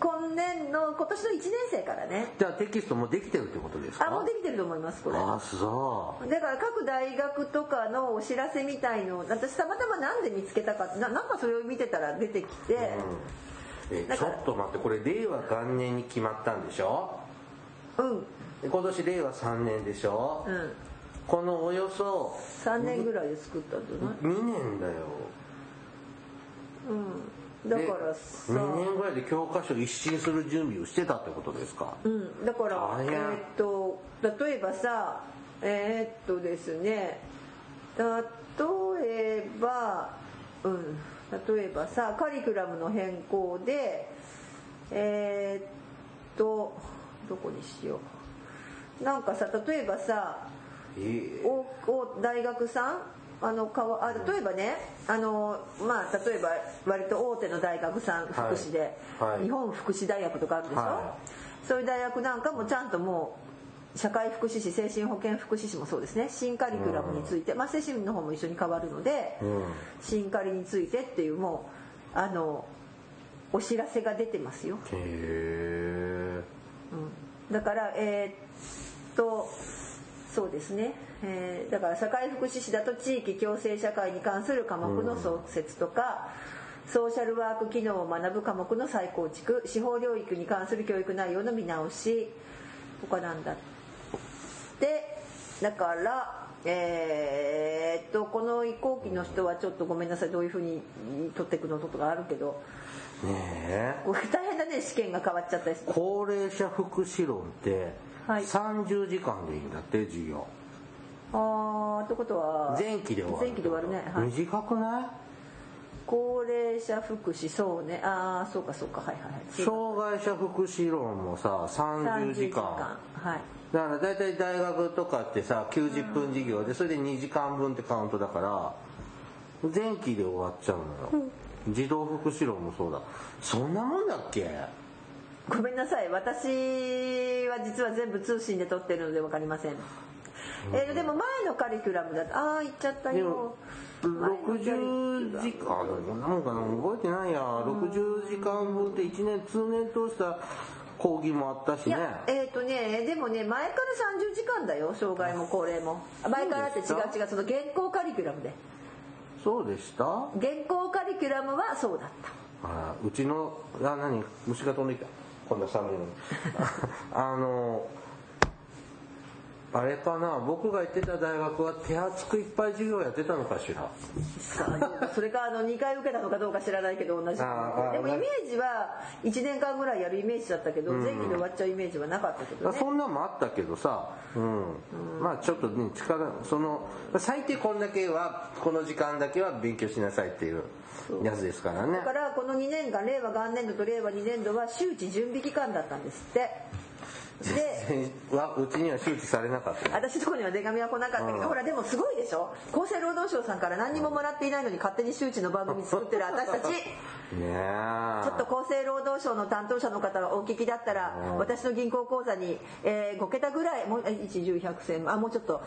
Speaker 2: 今年の今年の1年生からね
Speaker 1: じゃあテキストもできてるってことですか
Speaker 2: あもうできてると思いますこれ
Speaker 1: あそう
Speaker 2: だから各大学とかのお知らせみたいのを私たまたまなんで見つけたかってななんかそれを見てたら出てきて、
Speaker 1: え
Speaker 2: だ
Speaker 1: ち
Speaker 2: か
Speaker 1: ょ
Speaker 2: ら
Speaker 1: っと待ってこれ令和元年に決まったんでしょ
Speaker 2: うん、
Speaker 1: で今年令和3年でしょ、
Speaker 2: うん、
Speaker 1: このおよそ
Speaker 2: 3年ぐらいで作ったんじゃない、
Speaker 1: 2年だよ
Speaker 2: うん、だ
Speaker 1: で
Speaker 2: からさ、
Speaker 1: 2年ぐらいで教科書一新する準備をしてたってことですか、
Speaker 2: うん、だから
Speaker 1: あ
Speaker 2: え
Speaker 1: いや
Speaker 2: ーっと例えばさえーっとですね例えばうん、例えばさカリキュラムの変更でえーっとどこにしようなんかさ例えばさ
Speaker 1: え
Speaker 2: おお大学さんあのかわあ例えばねあの、まあ、例えば割と大手の大学さん
Speaker 1: はい
Speaker 2: 福祉で、
Speaker 1: はい
Speaker 2: 日本福祉大学とかあるでしょ、
Speaker 1: は
Speaker 2: そういう大学なんかもちゃんともう社会福祉士精神保健福祉士もそうですね新カリキュラムについて、まあ、精神の方も一緒に変わるので、
Speaker 1: うん
Speaker 2: 新カリについてっていうもうあのお知らせが出てますよ
Speaker 1: へえ
Speaker 2: だからえーっとそうですね、えーだから社会福祉士だと地域共生社会に関する科目の創設とか、ソーシャルワーク機能を学ぶ科目の再構築司法領域に関する教育内容の見直しとかなんだってだからえーっとこの移行期の人はちょっとごめんなさいどういうふうに取っていくのとかあるけど
Speaker 1: ねえ
Speaker 2: これ大変だね試験が変わっちゃったりして
Speaker 1: 高齢者福祉論って
Speaker 2: はい
Speaker 1: 30時間でいいんだって授業
Speaker 2: あーってことは
Speaker 1: 前期で終わる
Speaker 2: 前期で終わるね、はい、
Speaker 1: 短くな
Speaker 2: 高齢者福祉そうねああそうかそうかはいはいはい
Speaker 1: い障害者福祉論もさ30時間
Speaker 2: はい
Speaker 1: だから大体大学とかってさ90分授業でそれで2時間分ってカウントだから前期で終わっちゃうのよ、児童福祉論もそうだそんなもんだっけ
Speaker 2: ごめんなさい私は実は全部通信で撮ってるので分かりません、えーでも前のカリキュラムだとああ行っちゃった
Speaker 1: でも
Speaker 2: よ
Speaker 1: 60時間こんなもんかな覚えてないや60時間分って1年通年通した講義もあったし
Speaker 2: い
Speaker 1: ね
Speaker 2: やえっ、とねでもね前から30時間だよ障害も高齢も前からって違
Speaker 1: そうで
Speaker 2: う違うその現行カリキュラムで
Speaker 1: そうでしたあ
Speaker 2: 現行カリキュラムはそうだった
Speaker 1: らうちのあ何虫が飛んできたこんな寒いのにあのあれかな僕が行ってた大学は手厚くいっぱい授業やってたのかしら
Speaker 2: さあ それかあの2回受けたのかどうか知らないけど同じで
Speaker 1: ああ
Speaker 2: もイメージは1年間ぐらいやるイメージだったけど前期で終わっちゃうイメージはなかったけどね
Speaker 1: そんなんもあったけどさ、うん、まあちょっとね力その最低こんだけはこの時間だけは勉強しなさいっていうやつですからね
Speaker 2: だからこの2年間令和元年度と令和2年度は周知準備期間だったんですってで
Speaker 1: 全然 わうちには周知されなかったよ
Speaker 2: 私のとこには手紙は来なかったけ
Speaker 1: うん
Speaker 2: どほらでもすごいでしょ厚生労働省さんから何にももらっていないのに勝手に周知の番組作ってる私たち
Speaker 1: ねえ
Speaker 2: ちょっと厚生労働省の担当者の方がお聞きだったら、
Speaker 1: うん
Speaker 2: 私の銀行口座に、え5桁ぐらいもう1 1 0 1 0 0千あもうちょっと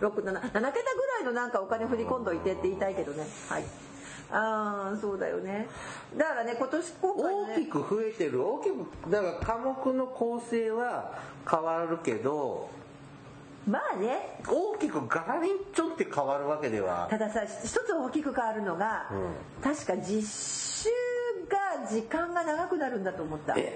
Speaker 2: 6 7 7桁ぐらいのなんかお金振り込んどいてって言いたいけどねはいああそうだよねだからね今年公
Speaker 1: 大
Speaker 2: 開
Speaker 1: き
Speaker 2: ね
Speaker 1: く増えてる大きくだから科目の構成は変わるけど
Speaker 2: まあね
Speaker 1: 大きくガラリンチョンって変わるわけでは
Speaker 2: たださ一つ大きく変わるのが、
Speaker 1: う
Speaker 2: 確か実習が時間が長くなるんだと思った
Speaker 1: え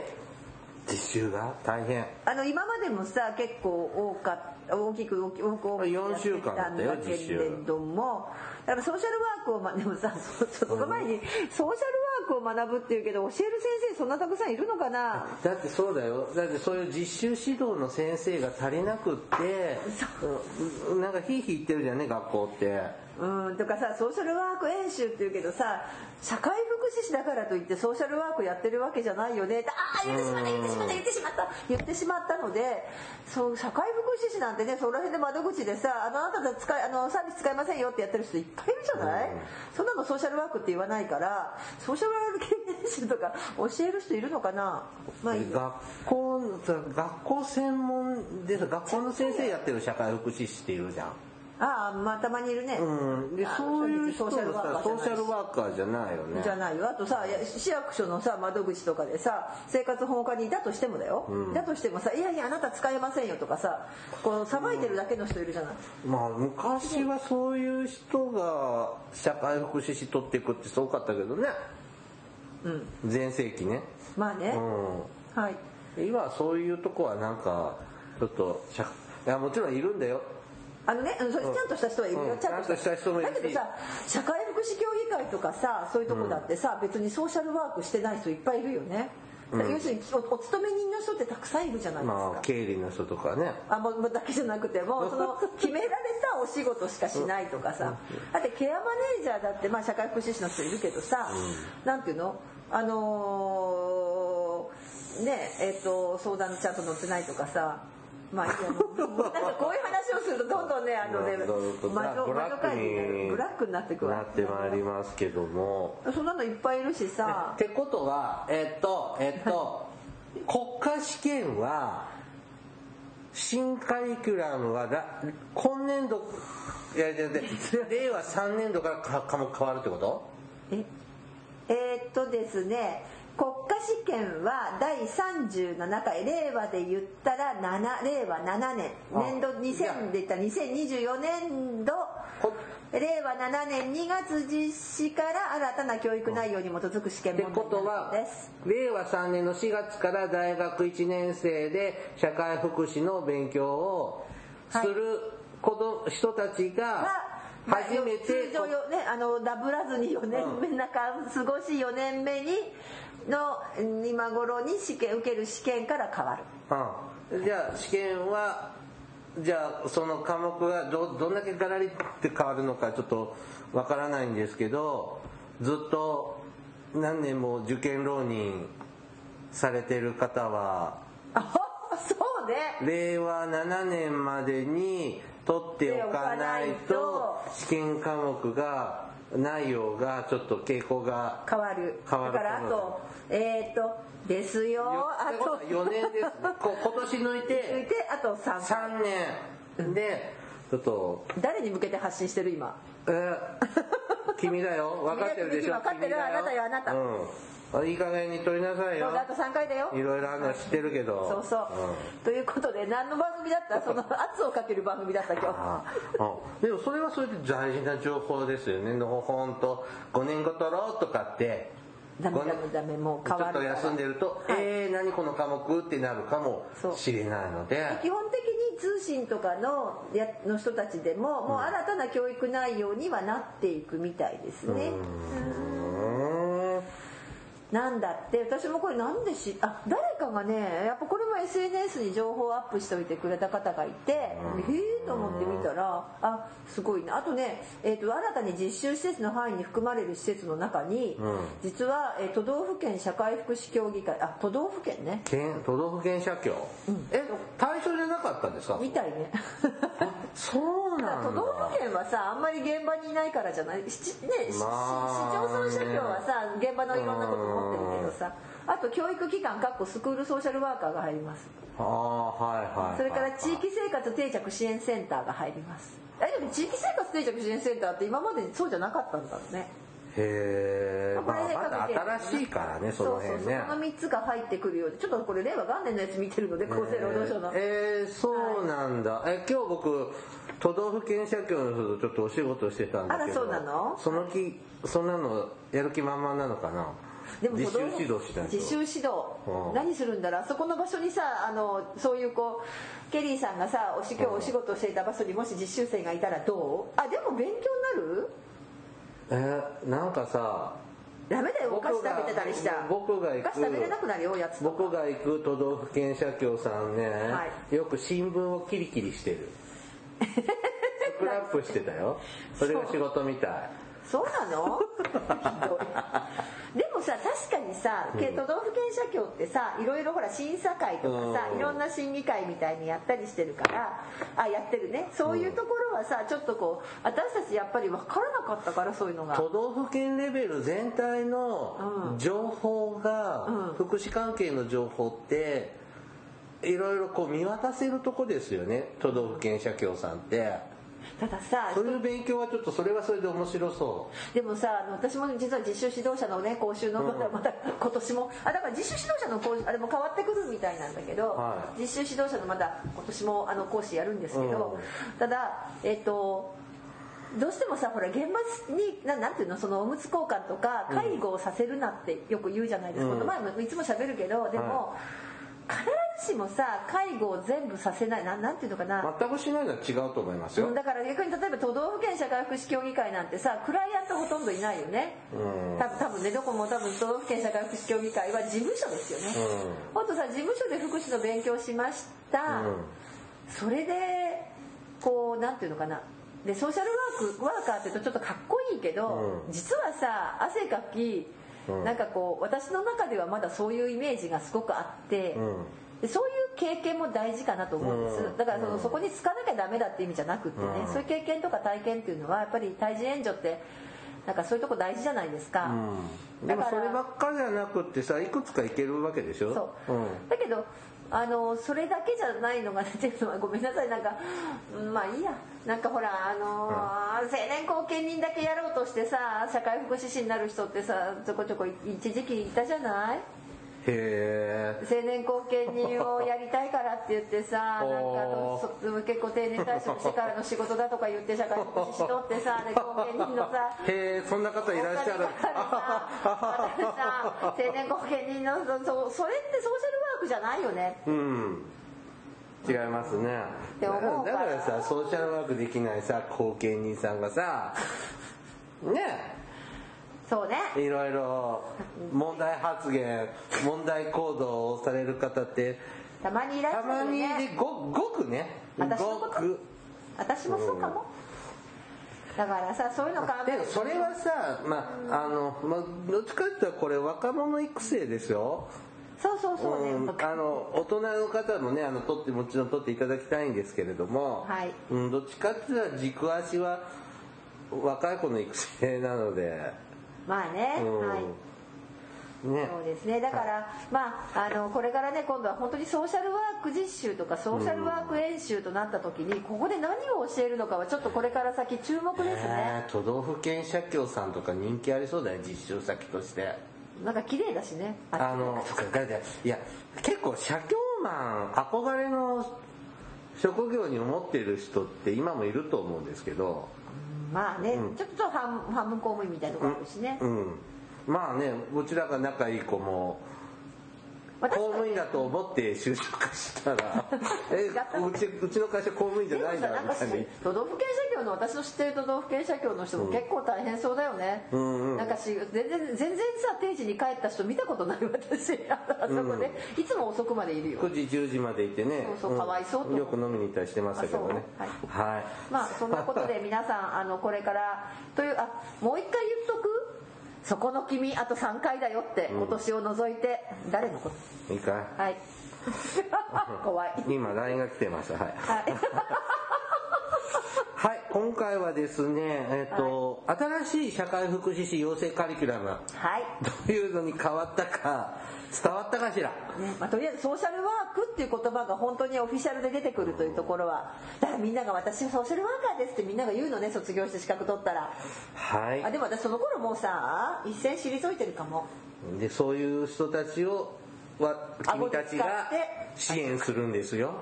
Speaker 1: 実習が大変
Speaker 2: あの今までもさ結構多かっ大きく大き大きく大きくやってきたんだけれどもだからソーシャルワークをまでもさそそその前にソーシャルワークを学ぶっていうけど教える先生そんなたくさんいるのかな
Speaker 1: だってそうだよだってそういう実習指導の先生が足りなくってうんなんかひいひい言ってるじゃんね学校って
Speaker 2: うんとかさソーシャルワーク演習っていうけどさ社会福祉士だからといってソーシャルワークやってるわけじゃないよねああ言ってしまった言ってしまった言ってしまった言ってしまったのでそう社会福祉士なんてねそこら辺で窓口でさあのあなたたち使いあのサービス使いませんよってやってる人いっぱいいるじゃない、そんなのソーシャルワークって言わないからソーシャルワーク研究とか教える人いるのかなまあいいや
Speaker 1: 学校学校専門でさ学校の先生やってる社会福祉士っていうじゃん
Speaker 2: ああまあたまにいるね、
Speaker 1: うんで
Speaker 2: あ
Speaker 1: そういう人
Speaker 2: ソ
Speaker 1: のさ
Speaker 2: ーシャルワーカー
Speaker 1: ソ
Speaker 2: じゃ
Speaker 1: ー
Speaker 2: な
Speaker 1: シャルワーカーじゃない
Speaker 2: いし
Speaker 1: よね
Speaker 2: じゃないよあとさいや市役所のさ窓口とかでさ生活保護課にいたとしてもだよ、だとしてもさ「いやいやあなた使えませんよ」とかさこうさばいてるだけの人いるじゃない、
Speaker 1: まあ昔はそういう人が社会福祉士取っていくってすごかったけどね
Speaker 2: うん、
Speaker 1: 全盛期ね
Speaker 2: まあね、
Speaker 1: うん
Speaker 2: はい
Speaker 1: 今はそういうとこはなんかちょっと社いやもちろんいるんだよ
Speaker 2: あのね、うんそれちゃんとした人はいるよ、
Speaker 1: うん
Speaker 2: ちゃんと
Speaker 1: ちゃんとした人もいるし
Speaker 2: だけどさ社会福祉協議会とかさそういうとこだってさ、別にソーシャルワークしてない人いっぱいいるよね要するにおお勤め人の人ってたくさんいるじゃないです
Speaker 1: まあ
Speaker 2: か。
Speaker 1: 経理の人とかね
Speaker 2: あもうだけじゃなくてもうその決められたお仕事しかしないとかさだってケアマネージャーだって、まあ、社会福祉士の人いるけどさ、なんていうのあのーねえっと相談にちゃんと載ってないとかさまあ、い やもうなんかこういう話をするとどんどんねあのね
Speaker 1: まあ
Speaker 2: 窓
Speaker 1: ブラ
Speaker 2: 窓
Speaker 1: ック
Speaker 2: 会にね
Speaker 1: に
Speaker 2: ブラックになってくわ
Speaker 1: なってまいりますけども
Speaker 2: そんなのいっぱいいるしさ
Speaker 1: ってことはえっとえっ と国家試験は新カリキュラムはら今年度いやいやい や令和3年度からか科目変わるってこと
Speaker 2: ええーっとですね国家試験は第37回令和で言ったら7令和7年
Speaker 1: あ
Speaker 2: 年度
Speaker 1: いや
Speaker 2: 2000で言ったら2024年度
Speaker 1: こ
Speaker 2: 令和7年2月実施から新たな教育内容に基づく試験
Speaker 1: って
Speaker 2: 問題
Speaker 1: ことは
Speaker 2: です
Speaker 1: 令和3年の4月から大学1年生で社会福祉の勉強をする子ど、人たち
Speaker 2: は
Speaker 1: が
Speaker 2: まあ
Speaker 1: 初めて
Speaker 2: 通常よ、ね、あのダブらずに4年目、なんか過ごし4年目にのうん今頃に試験受ける試験から変わる
Speaker 1: うん、じゃあ試験はじゃあその科目がどどんだけガラリって変わるのかちょっとわからないんですけどずっと何年も受験浪人されてる方は
Speaker 2: あそうね
Speaker 1: 令和7年までに取っておかないと試験科目が内容がちょっと傾向が
Speaker 2: 変わる
Speaker 1: 変わる
Speaker 2: だからあとえっ、とですよあと
Speaker 1: 4年ですねこ今年抜い
Speaker 2: 続い
Speaker 1: て
Speaker 2: てあと3
Speaker 1: 3年でちょっと
Speaker 2: 誰に向けて発信してる今
Speaker 1: えー君だよ分かってるでしょ
Speaker 2: 君だ君分かってる
Speaker 1: 君だ
Speaker 2: あなたよあなた
Speaker 1: うん、いい加減に取りなさい
Speaker 2: そ
Speaker 1: よ
Speaker 2: うだあと3回だよ
Speaker 1: いろいろあるの知ってるけど
Speaker 2: そうそう、
Speaker 1: ん
Speaker 2: ということで何の番組だったその圧をかける番組だった今
Speaker 1: ああでもそれはそれで大事な情報ですよねのほほんと5年後取ろうとかって
Speaker 2: 日ダメ
Speaker 1: ごね
Speaker 2: ダメダメもう
Speaker 1: ちょ
Speaker 2: 変わ
Speaker 1: っ
Speaker 2: るか
Speaker 1: と
Speaker 2: ら
Speaker 1: 休んでると、
Speaker 2: はい
Speaker 1: えー、何この科目ってなるかも
Speaker 2: そう
Speaker 1: しれないので
Speaker 2: 基本的に通信とかのやの人たちでももう新たな教育内容にはなっていくみたいですね、
Speaker 1: うん
Speaker 2: なんだって私もこれなんでしあ誰かがねやっぱこれも SNS に情報をアップしておいてくれた方がいてへえと思って見たらあすごいなあとね、えー、と新たに実習施設の範囲に含まれる施設の中に、実は、えー都道府県社会福祉協議会あ都道府県ね
Speaker 1: 県都道府県社協、え対象じゃなかったんですか
Speaker 2: みたいね
Speaker 1: そう
Speaker 2: だか
Speaker 1: な
Speaker 2: ら
Speaker 1: んだ
Speaker 2: 都道府県はさあんまり現場にいないからじゃないしちねしし市町
Speaker 1: まあ
Speaker 2: 村社協はさ現場のいろんなこと持ってるけどさあと教育機関かっこスクールソーシャルワーカーが入ります
Speaker 1: ああはいはいはい、
Speaker 2: それから地域生活定着支援センターが入ります。えでも地域生活定着支援センターって今までそうじゃなかったんだろうね。
Speaker 1: へえ、
Speaker 2: これで
Speaker 1: まあ、ま
Speaker 2: 各県
Speaker 1: だ新しいからねその辺ね
Speaker 2: そうそうそうこの三つが入ってくるようで、ちょっとこれ令和元年のやつ見てるので厚生労働省の。
Speaker 1: えーえーそうなんだ、え今日僕都道府県社協の人とちょっとお仕事してたんだけど
Speaker 2: あらそうなの
Speaker 1: その気そんなのやる気満々なのかな
Speaker 2: 都
Speaker 1: 実習
Speaker 2: 道府
Speaker 1: 指導しないと
Speaker 2: 実習指導
Speaker 1: うん
Speaker 2: 何するんだろうあそこの場所にさあのそういうこうケリーさんがさおし今日お仕事をしていた場所にもし実習生がいたらどうあでも勉強になる
Speaker 1: えーなんかさ
Speaker 2: ダメだよお菓子食べてたりした
Speaker 1: 僕が
Speaker 2: お
Speaker 1: 行
Speaker 2: 菓子食べれなく
Speaker 1: く
Speaker 2: なるよおやつとか
Speaker 1: 僕が行く都道府県社協さんね、
Speaker 2: は
Speaker 1: よく新聞をキリキリ してるスクラップしてたよそれが仕事みたい
Speaker 2: そうなのひどいでもさ確かにさけ都道府県社協ってさいろいろほら審査会とかさ
Speaker 1: うん
Speaker 2: いろんな審議会みたいにやったりしてるからあやってるねそういうところはさちょっとこう私たちやっぱり分からなかったからそういうのが
Speaker 1: 都道府県レベル全体
Speaker 2: う
Speaker 1: の
Speaker 2: ん
Speaker 1: 情報が、
Speaker 2: うん
Speaker 1: 福祉関係の情報っていろいろこう見渡せるとこですよね都道府県社協さんって
Speaker 2: たださ
Speaker 1: そういう勉強はちょっとそれはそれで面白そ
Speaker 2: でもさあの私も実は実習指導者のね講習のまだまだ今年もあだから実習指導者の講習あれも変わってくるみたいなんだけど、
Speaker 1: は
Speaker 2: 実習指導者のまだ今年もあの講師やるんですけど、ただえっ、とどうしてもさほら現場にななんていうのそのおむつ交換とか介護をさせるなってよく言うじゃないですか、
Speaker 1: うん
Speaker 2: この前もいつも喋るけどでも、必ず士もさ介護を全部させないななんていうのかな、
Speaker 1: 全くしないのは違うと思いますよ、
Speaker 2: だから逆に例えば都道府県社会福祉協議会なんてさクライアントほとんどいないよね
Speaker 1: うん
Speaker 2: 多分多分ねどこも多分都道府県社会福祉協議会は事務所ですよね、
Speaker 1: う
Speaker 2: ほんとさ事務所で福祉の勉強しました、
Speaker 1: うん
Speaker 2: それでこうなんていうのかなでソーシャルワークワーカーって言うとちょっとかっこいいけど、
Speaker 1: うん
Speaker 2: 実はさ汗かき、
Speaker 1: うん
Speaker 2: なんかこう私の中ではまだそういうイメージがすごくあって、
Speaker 1: うん
Speaker 2: でそういう経験も大事かなと思うんです、
Speaker 1: うん
Speaker 2: だからその、
Speaker 1: うん
Speaker 2: そこにつかなきゃダメだって意味じゃなくってね、
Speaker 1: うん
Speaker 2: そういう経験とか体験っていうのはやっぱり対人援助ってなんかそういうとこ大事じゃないですか、
Speaker 1: うん、でも
Speaker 2: だ
Speaker 1: そ
Speaker 2: から
Speaker 1: ればっかじゃなくってさいくつかいけるわけでしょ
Speaker 2: そう、
Speaker 1: ん
Speaker 2: だけどあのそれだけじゃないのが出てるのはごめんなさいなんかうんまあいいやなんかほらあのー青年後見人だけやろうとしてさ社会福祉士になる人ってさちょこちょこ一時期いたじゃない
Speaker 1: へえ
Speaker 2: 青年後見人をやりたいからって言ってさなんか
Speaker 1: お
Speaker 2: そ結構定年退職してからの仕事だとか言って社会福祉士取って さで後見人のさ
Speaker 1: へえそんな方いらっしゃる
Speaker 2: あ るさ青年後見人のそそれってソーシャルワークじゃないよね
Speaker 1: うん違いますね
Speaker 2: て
Speaker 1: だ
Speaker 2: 思う
Speaker 1: か
Speaker 2: から
Speaker 1: らさソーシャルワークできないさ後見人さんがさね
Speaker 2: そうね
Speaker 1: いろいろ問題発言問題行動をされる方って
Speaker 2: たまにいらっしたゃる
Speaker 1: ま
Speaker 2: よ
Speaker 1: に
Speaker 2: ね
Speaker 1: ごごくね
Speaker 2: 私の
Speaker 1: ご
Speaker 2: こと
Speaker 1: く
Speaker 2: 私もそうかも、だからさそういうの考え
Speaker 1: でもそれはさまああの、まあ、どっちかっていうとこれ若者育成ですよ
Speaker 2: そうそうそうね、
Speaker 1: うんあの大人の方もねあの取ってもちろん取っていただきたいんですけれども、
Speaker 2: はい
Speaker 1: うん、どっちかっていうと軸足は若い子の育成なので、
Speaker 2: まあね、
Speaker 1: うん
Speaker 2: はい
Speaker 1: ね
Speaker 2: そうですねだから、まあ、あのこれからね今度は本当にソーシャルワーク実習とかソーシャルワーク演習となった時にここで何を教えるのかはちょっとこれから先注目ですね
Speaker 1: ね都道府県社協さんとか人気ありそうだよ実習先として
Speaker 2: なんか綺麗だしね
Speaker 1: あのそっかだっていや結構社協マン憧れの職業に思ってる人って今もいると思うんですけど
Speaker 2: まあね、
Speaker 1: うん
Speaker 2: ちょっと半半分公務員みたいなとこあるしね、
Speaker 1: うんまあねうちらが仲いい子も
Speaker 2: 私
Speaker 1: 公
Speaker 2: は
Speaker 1: 務員だと思って就職したらえうちうちの会社公務員じ
Speaker 2: で
Speaker 1: ゃな
Speaker 2: も
Speaker 1: いん
Speaker 2: さ
Speaker 1: だ
Speaker 2: なん
Speaker 1: み
Speaker 2: か
Speaker 1: たいに
Speaker 2: 都道府県社協の私の知ってる都道府県社協の人も結構大変そうだよね、
Speaker 1: うんうん
Speaker 2: なんかし全然全然さ定時に帰った人見たことない私ああそこね、いつも遅くまでいるよ
Speaker 1: 9時10時までいてね
Speaker 2: そうそうかわいそうと思うん
Speaker 1: よく飲みに行ったりしてましたけどね
Speaker 2: あ
Speaker 1: はい、
Speaker 2: まあそんなことで皆さんあのこれからというあもう一回言っとくそこの君あと3回だよって今年を除いて、誰のこ
Speaker 1: いいか
Speaker 2: とはい怖い
Speaker 1: 今 LINE が来てますはい
Speaker 2: はい
Speaker 1: はい、今回はですね、えっ、と、新しい社会福祉士養成カリキュラム、
Speaker 2: はい
Speaker 1: どういうのに変わったか、伝わったかしら。
Speaker 2: ねまあ、とりあえずソーシャルワークっていう言葉が本当にオフィシャルで出てくるというところはだからみんなが「私はソーシャルワーカーです」ってみんなが言うのね卒業して資格取ったら
Speaker 1: は
Speaker 2: あ
Speaker 1: い。
Speaker 2: でも私その頃もうさ一線退いてるかも
Speaker 1: で、そういう人たちを、は
Speaker 2: 顎
Speaker 1: 君
Speaker 2: で
Speaker 1: たちが
Speaker 2: 使って
Speaker 1: 支援するんですよ。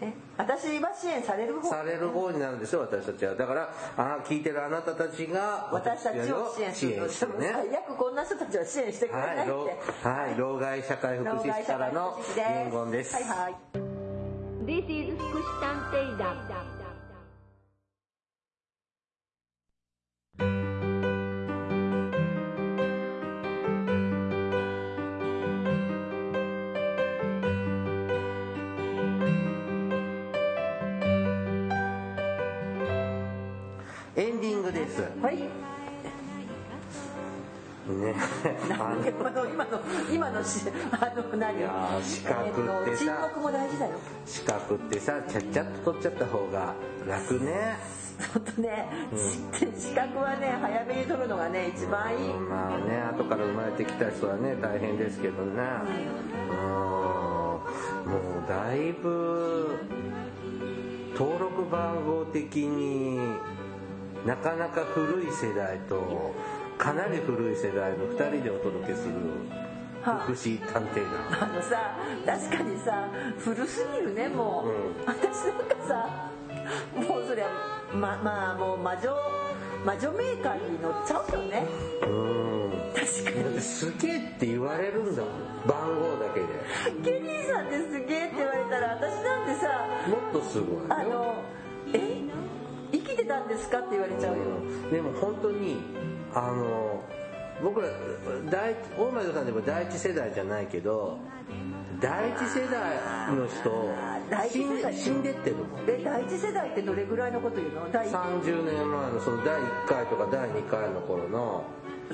Speaker 2: え私は支援される方
Speaker 1: される方になるんですよ、私たちは。だから、あー聞いてるあなたたちが、
Speaker 2: 私たちを支援するの
Speaker 1: 支援してね。
Speaker 2: 最悪こんな人たちは支援してくれないっ
Speaker 1: はい、
Speaker 2: て、
Speaker 1: 老はい、老害社会福
Speaker 2: 老
Speaker 1: 祉
Speaker 2: 害
Speaker 1: 士
Speaker 2: 者
Speaker 1: からの
Speaker 2: 福祉士
Speaker 1: 伝言です。
Speaker 2: はいはい
Speaker 3: This is 福祉探偵団。
Speaker 1: エンディングです。
Speaker 2: はい
Speaker 1: ね。 あの
Speaker 2: 今の今の今のしあの何
Speaker 1: いやー資格ってさ
Speaker 2: えと沈黙も大事だよ
Speaker 1: 資格ってさちゃっちゃっと取っちゃった方が楽ね
Speaker 2: 本当ね、資格はね早めに取るのがね一番いい、
Speaker 1: うんまあね後から生まれてきた人はね大変ですけどねうんもうだいぶ登録番号的になかなか古い世代とかなり古い世代の2人でお届けする
Speaker 2: は
Speaker 1: 福
Speaker 2: い
Speaker 1: 祉探偵団
Speaker 2: あのさ確かにさ古すぎるねもう、
Speaker 1: うん
Speaker 2: 私なんかさもうそりゃままあもう魔女魔女メーカーに乗っちゃうよね
Speaker 1: うん
Speaker 2: 確かに
Speaker 1: すげえって言われるんだもん番号だけで
Speaker 2: ケニーさんってすげえって言われたら私なんてさ
Speaker 1: もっとすごいよ
Speaker 2: あのえ生きてたんですかって言われちゃうよ
Speaker 1: でも本当にあの僕ら第大前さんでも第一世代じゃないけど第一世代の
Speaker 2: 第
Speaker 1: 人死
Speaker 2: 一
Speaker 1: ん
Speaker 2: 世代
Speaker 1: で死んでってるもん
Speaker 2: え第一世代ってどれぐらいのこと言うの第一
Speaker 1: 30年前のその第1回とか第2回の頃の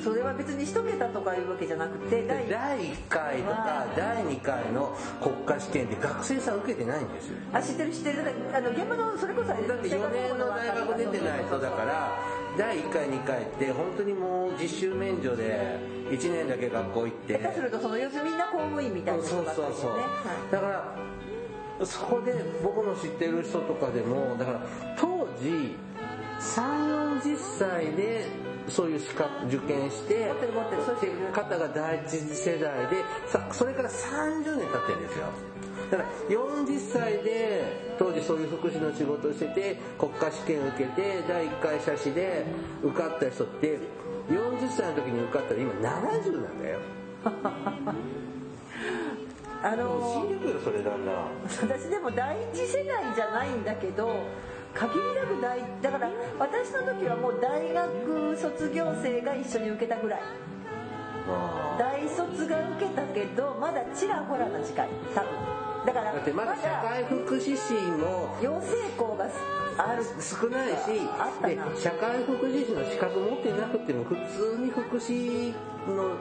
Speaker 2: それは別に一桁とかいうわけじゃなくて第
Speaker 1: で
Speaker 2: 一
Speaker 1: 第1回とか第2回の国家試験で学生さん受けてないんですよ
Speaker 2: あ知ってる知ってるあの現場のそれこそだ
Speaker 1: だって4年の大学出てないとだから第1回2回って本当にもう実習免除で1年だけ学校行って
Speaker 2: 下手するとその要するにみんな公務員みたいな人
Speaker 1: そう
Speaker 2: ばっか
Speaker 1: そ
Speaker 2: り
Speaker 1: う
Speaker 2: で
Speaker 1: そう、
Speaker 2: ね
Speaker 1: だからそこで僕の知ってる人とかでもだから当時340歳でそういう資格受験して
Speaker 2: 持ってる持ってるそういう人いる
Speaker 1: 方が第一次世代でさそれから30年経ってるんですよだから40歳で当時そういう福祉の仕事をしてて国家試験受けて第1回写真で受かった人って40歳の時に受かったら今70なんだよ
Speaker 2: あ
Speaker 1: 死ん
Speaker 2: の
Speaker 1: でくよそれだんだん
Speaker 2: 私でも第一世代じゃないんだけど限りなく大だから私の時はもう大学卒業生が一緒に受けたぐらい
Speaker 1: あー
Speaker 2: 大卒が受けたけどまだちらほらな時間多分だから
Speaker 1: だってまだ社会福祉士も
Speaker 2: 養成校がある
Speaker 1: 少ないし
Speaker 2: あった
Speaker 1: で
Speaker 2: な
Speaker 1: 社会福祉士の資格持ってなくても普通に福祉の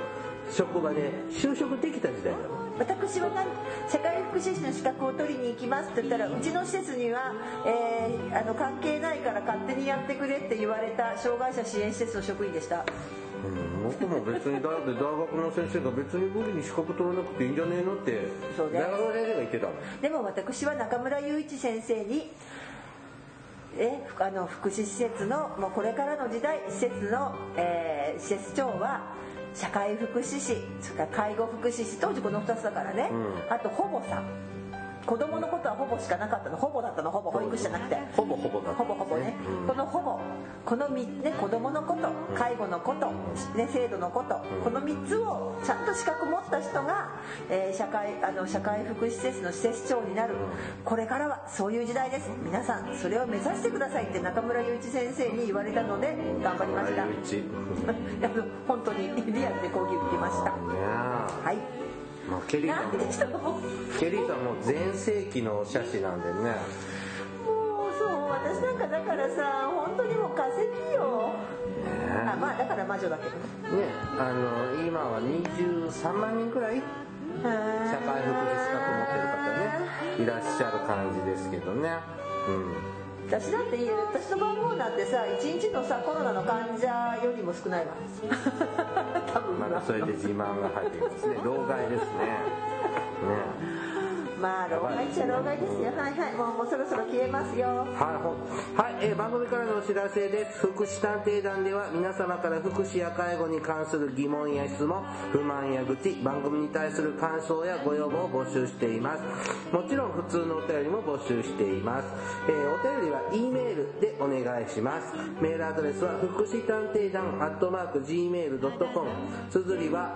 Speaker 1: 職場で就職できた時代だもん
Speaker 2: 私はなん社会福祉士の資格を取りに行きますって言ったらうちの施設には、えーあの関係ないから勝手にやってくれって言われた障害者支援施設の職員でした
Speaker 1: うん僕も別にだって大学の先生が別に僕に資格取らなくていいんじゃねえのって
Speaker 2: そうね
Speaker 1: 大学の先生が言ってたもん
Speaker 2: でも私は中村雄一先生にえふあの福祉施設のもうこれからの時代施設の、えー施設長は社会福祉士それから介護福祉士当時この2つだからね、
Speaker 1: う
Speaker 2: あと保母さん子供のことは保母しかなかったの保母だったの保母保育士じゃなくて
Speaker 1: ほぼほぼだった
Speaker 2: ほぼほぼね、
Speaker 1: うん
Speaker 2: このほぼこのみね子供のこと介護のこと、ね、制度のこと、この3つをちゃんと資格持った人が、えー社会あの社会福祉施設の施設長になる、これからはそういう時代です皆さんそれを目指してくださいって中村雄一先生に言われたので頑張りました
Speaker 1: 中村雄一
Speaker 2: あの本当にリアルで講義受けました
Speaker 1: ねえ
Speaker 2: はい
Speaker 1: まあケリーさ
Speaker 2: なんんで人ももう
Speaker 1: ケリーさんも全盛期の写真なんでね
Speaker 2: そう私なんかだからさ本当にもう化石よ
Speaker 1: ね
Speaker 2: あまあだから魔女だけど
Speaker 1: ね、あの今は23万人くらい
Speaker 2: 社会
Speaker 1: 社会福祉資格持ってる方ねいらっしゃる感じですけどねうん
Speaker 2: 私だっていいよ私の番号なんてさ1日のさコロナの患者よりも少ない わ多分
Speaker 1: ま
Speaker 2: な
Speaker 1: だそれで自慢が入ってきますね老害ですねね
Speaker 2: まあ老害っちゃ老害ですよはいはいもうもうそろそろ消えますよ
Speaker 1: はい、ほはいえー番組からのお知らせです福祉探偵団では皆様から福祉や介護に関する疑問や質問不満や愚痴番組に対する感想やご要望を募集していますもちろん普通のお便りも募集しています、えーお便りは E メールでお願いしますメールアドレスは福祉探偵団アットマーク Gmail.com 綴りは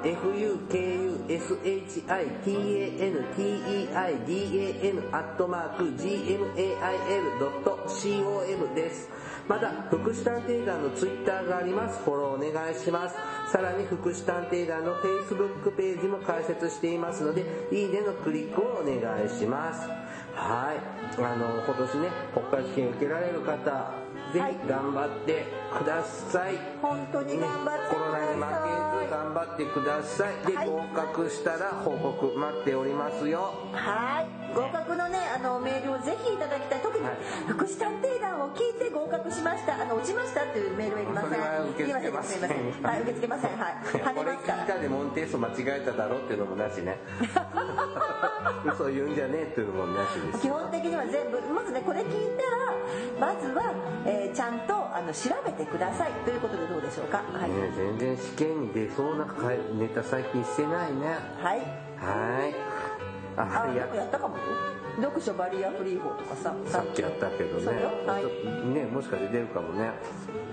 Speaker 1: fukushitanteidan アットマーク gmail.com ですまた福祉探偵団のツイッターがありますフォローお願いしますさらに福祉探偵団の Facebook ページも開設していますのでいいねのクリックをお願いしますはいあの今年ね国家試験受けられる方ぜ
Speaker 2: はい
Speaker 1: ひ頑張ってください、
Speaker 2: 本当に
Speaker 1: ね
Speaker 2: 頑張っ
Speaker 1: コロナに負けず
Speaker 2: てくださ
Speaker 1: 頑張ってくださいで、
Speaker 2: はい
Speaker 1: 合格したら報告待っておりますよ
Speaker 2: いはい合格のねあのメールをぜひいただきたい特に
Speaker 1: はい
Speaker 2: 福祉探偵団を聞いて合格しましたあの落ちましたっていうメールはいりません
Speaker 1: それは受け付けません
Speaker 2: いりませんいりませんはい受け付けませんはい跳ね
Speaker 1: これ
Speaker 2: ますか
Speaker 1: 聞い
Speaker 2: ら
Speaker 1: たでモンテスト間違えただろっていうのもなし ね嘘言うんじゃねえっていうのもなしです
Speaker 2: 基本的には全部まずねこれ聞いたらまずは、えーちゃんとあの調べてくださいということでどうでしょうかはい、
Speaker 1: ね全然試験に出そうな回ネタ最近してないね
Speaker 2: はい
Speaker 1: はい
Speaker 2: あ
Speaker 1: あい
Speaker 2: よ
Speaker 1: や
Speaker 2: くやったかも読書バリアフリー法とかさ
Speaker 1: さっきやったけど
Speaker 2: そう
Speaker 1: ね
Speaker 2: よはい
Speaker 1: ねもしかして出るかもね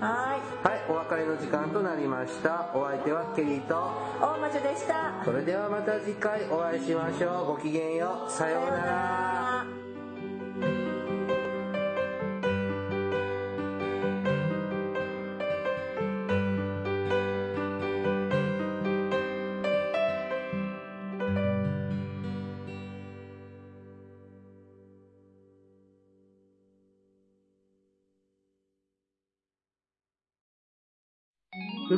Speaker 2: は
Speaker 1: はいお別れの時間となりましたお相手はケリーと
Speaker 2: ーい大魔女でした
Speaker 1: それではまた次回お会いしましょうごきげんようさようなら
Speaker 4: 福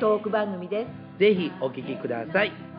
Speaker 3: トーク番組です
Speaker 5: ぜひお聞きください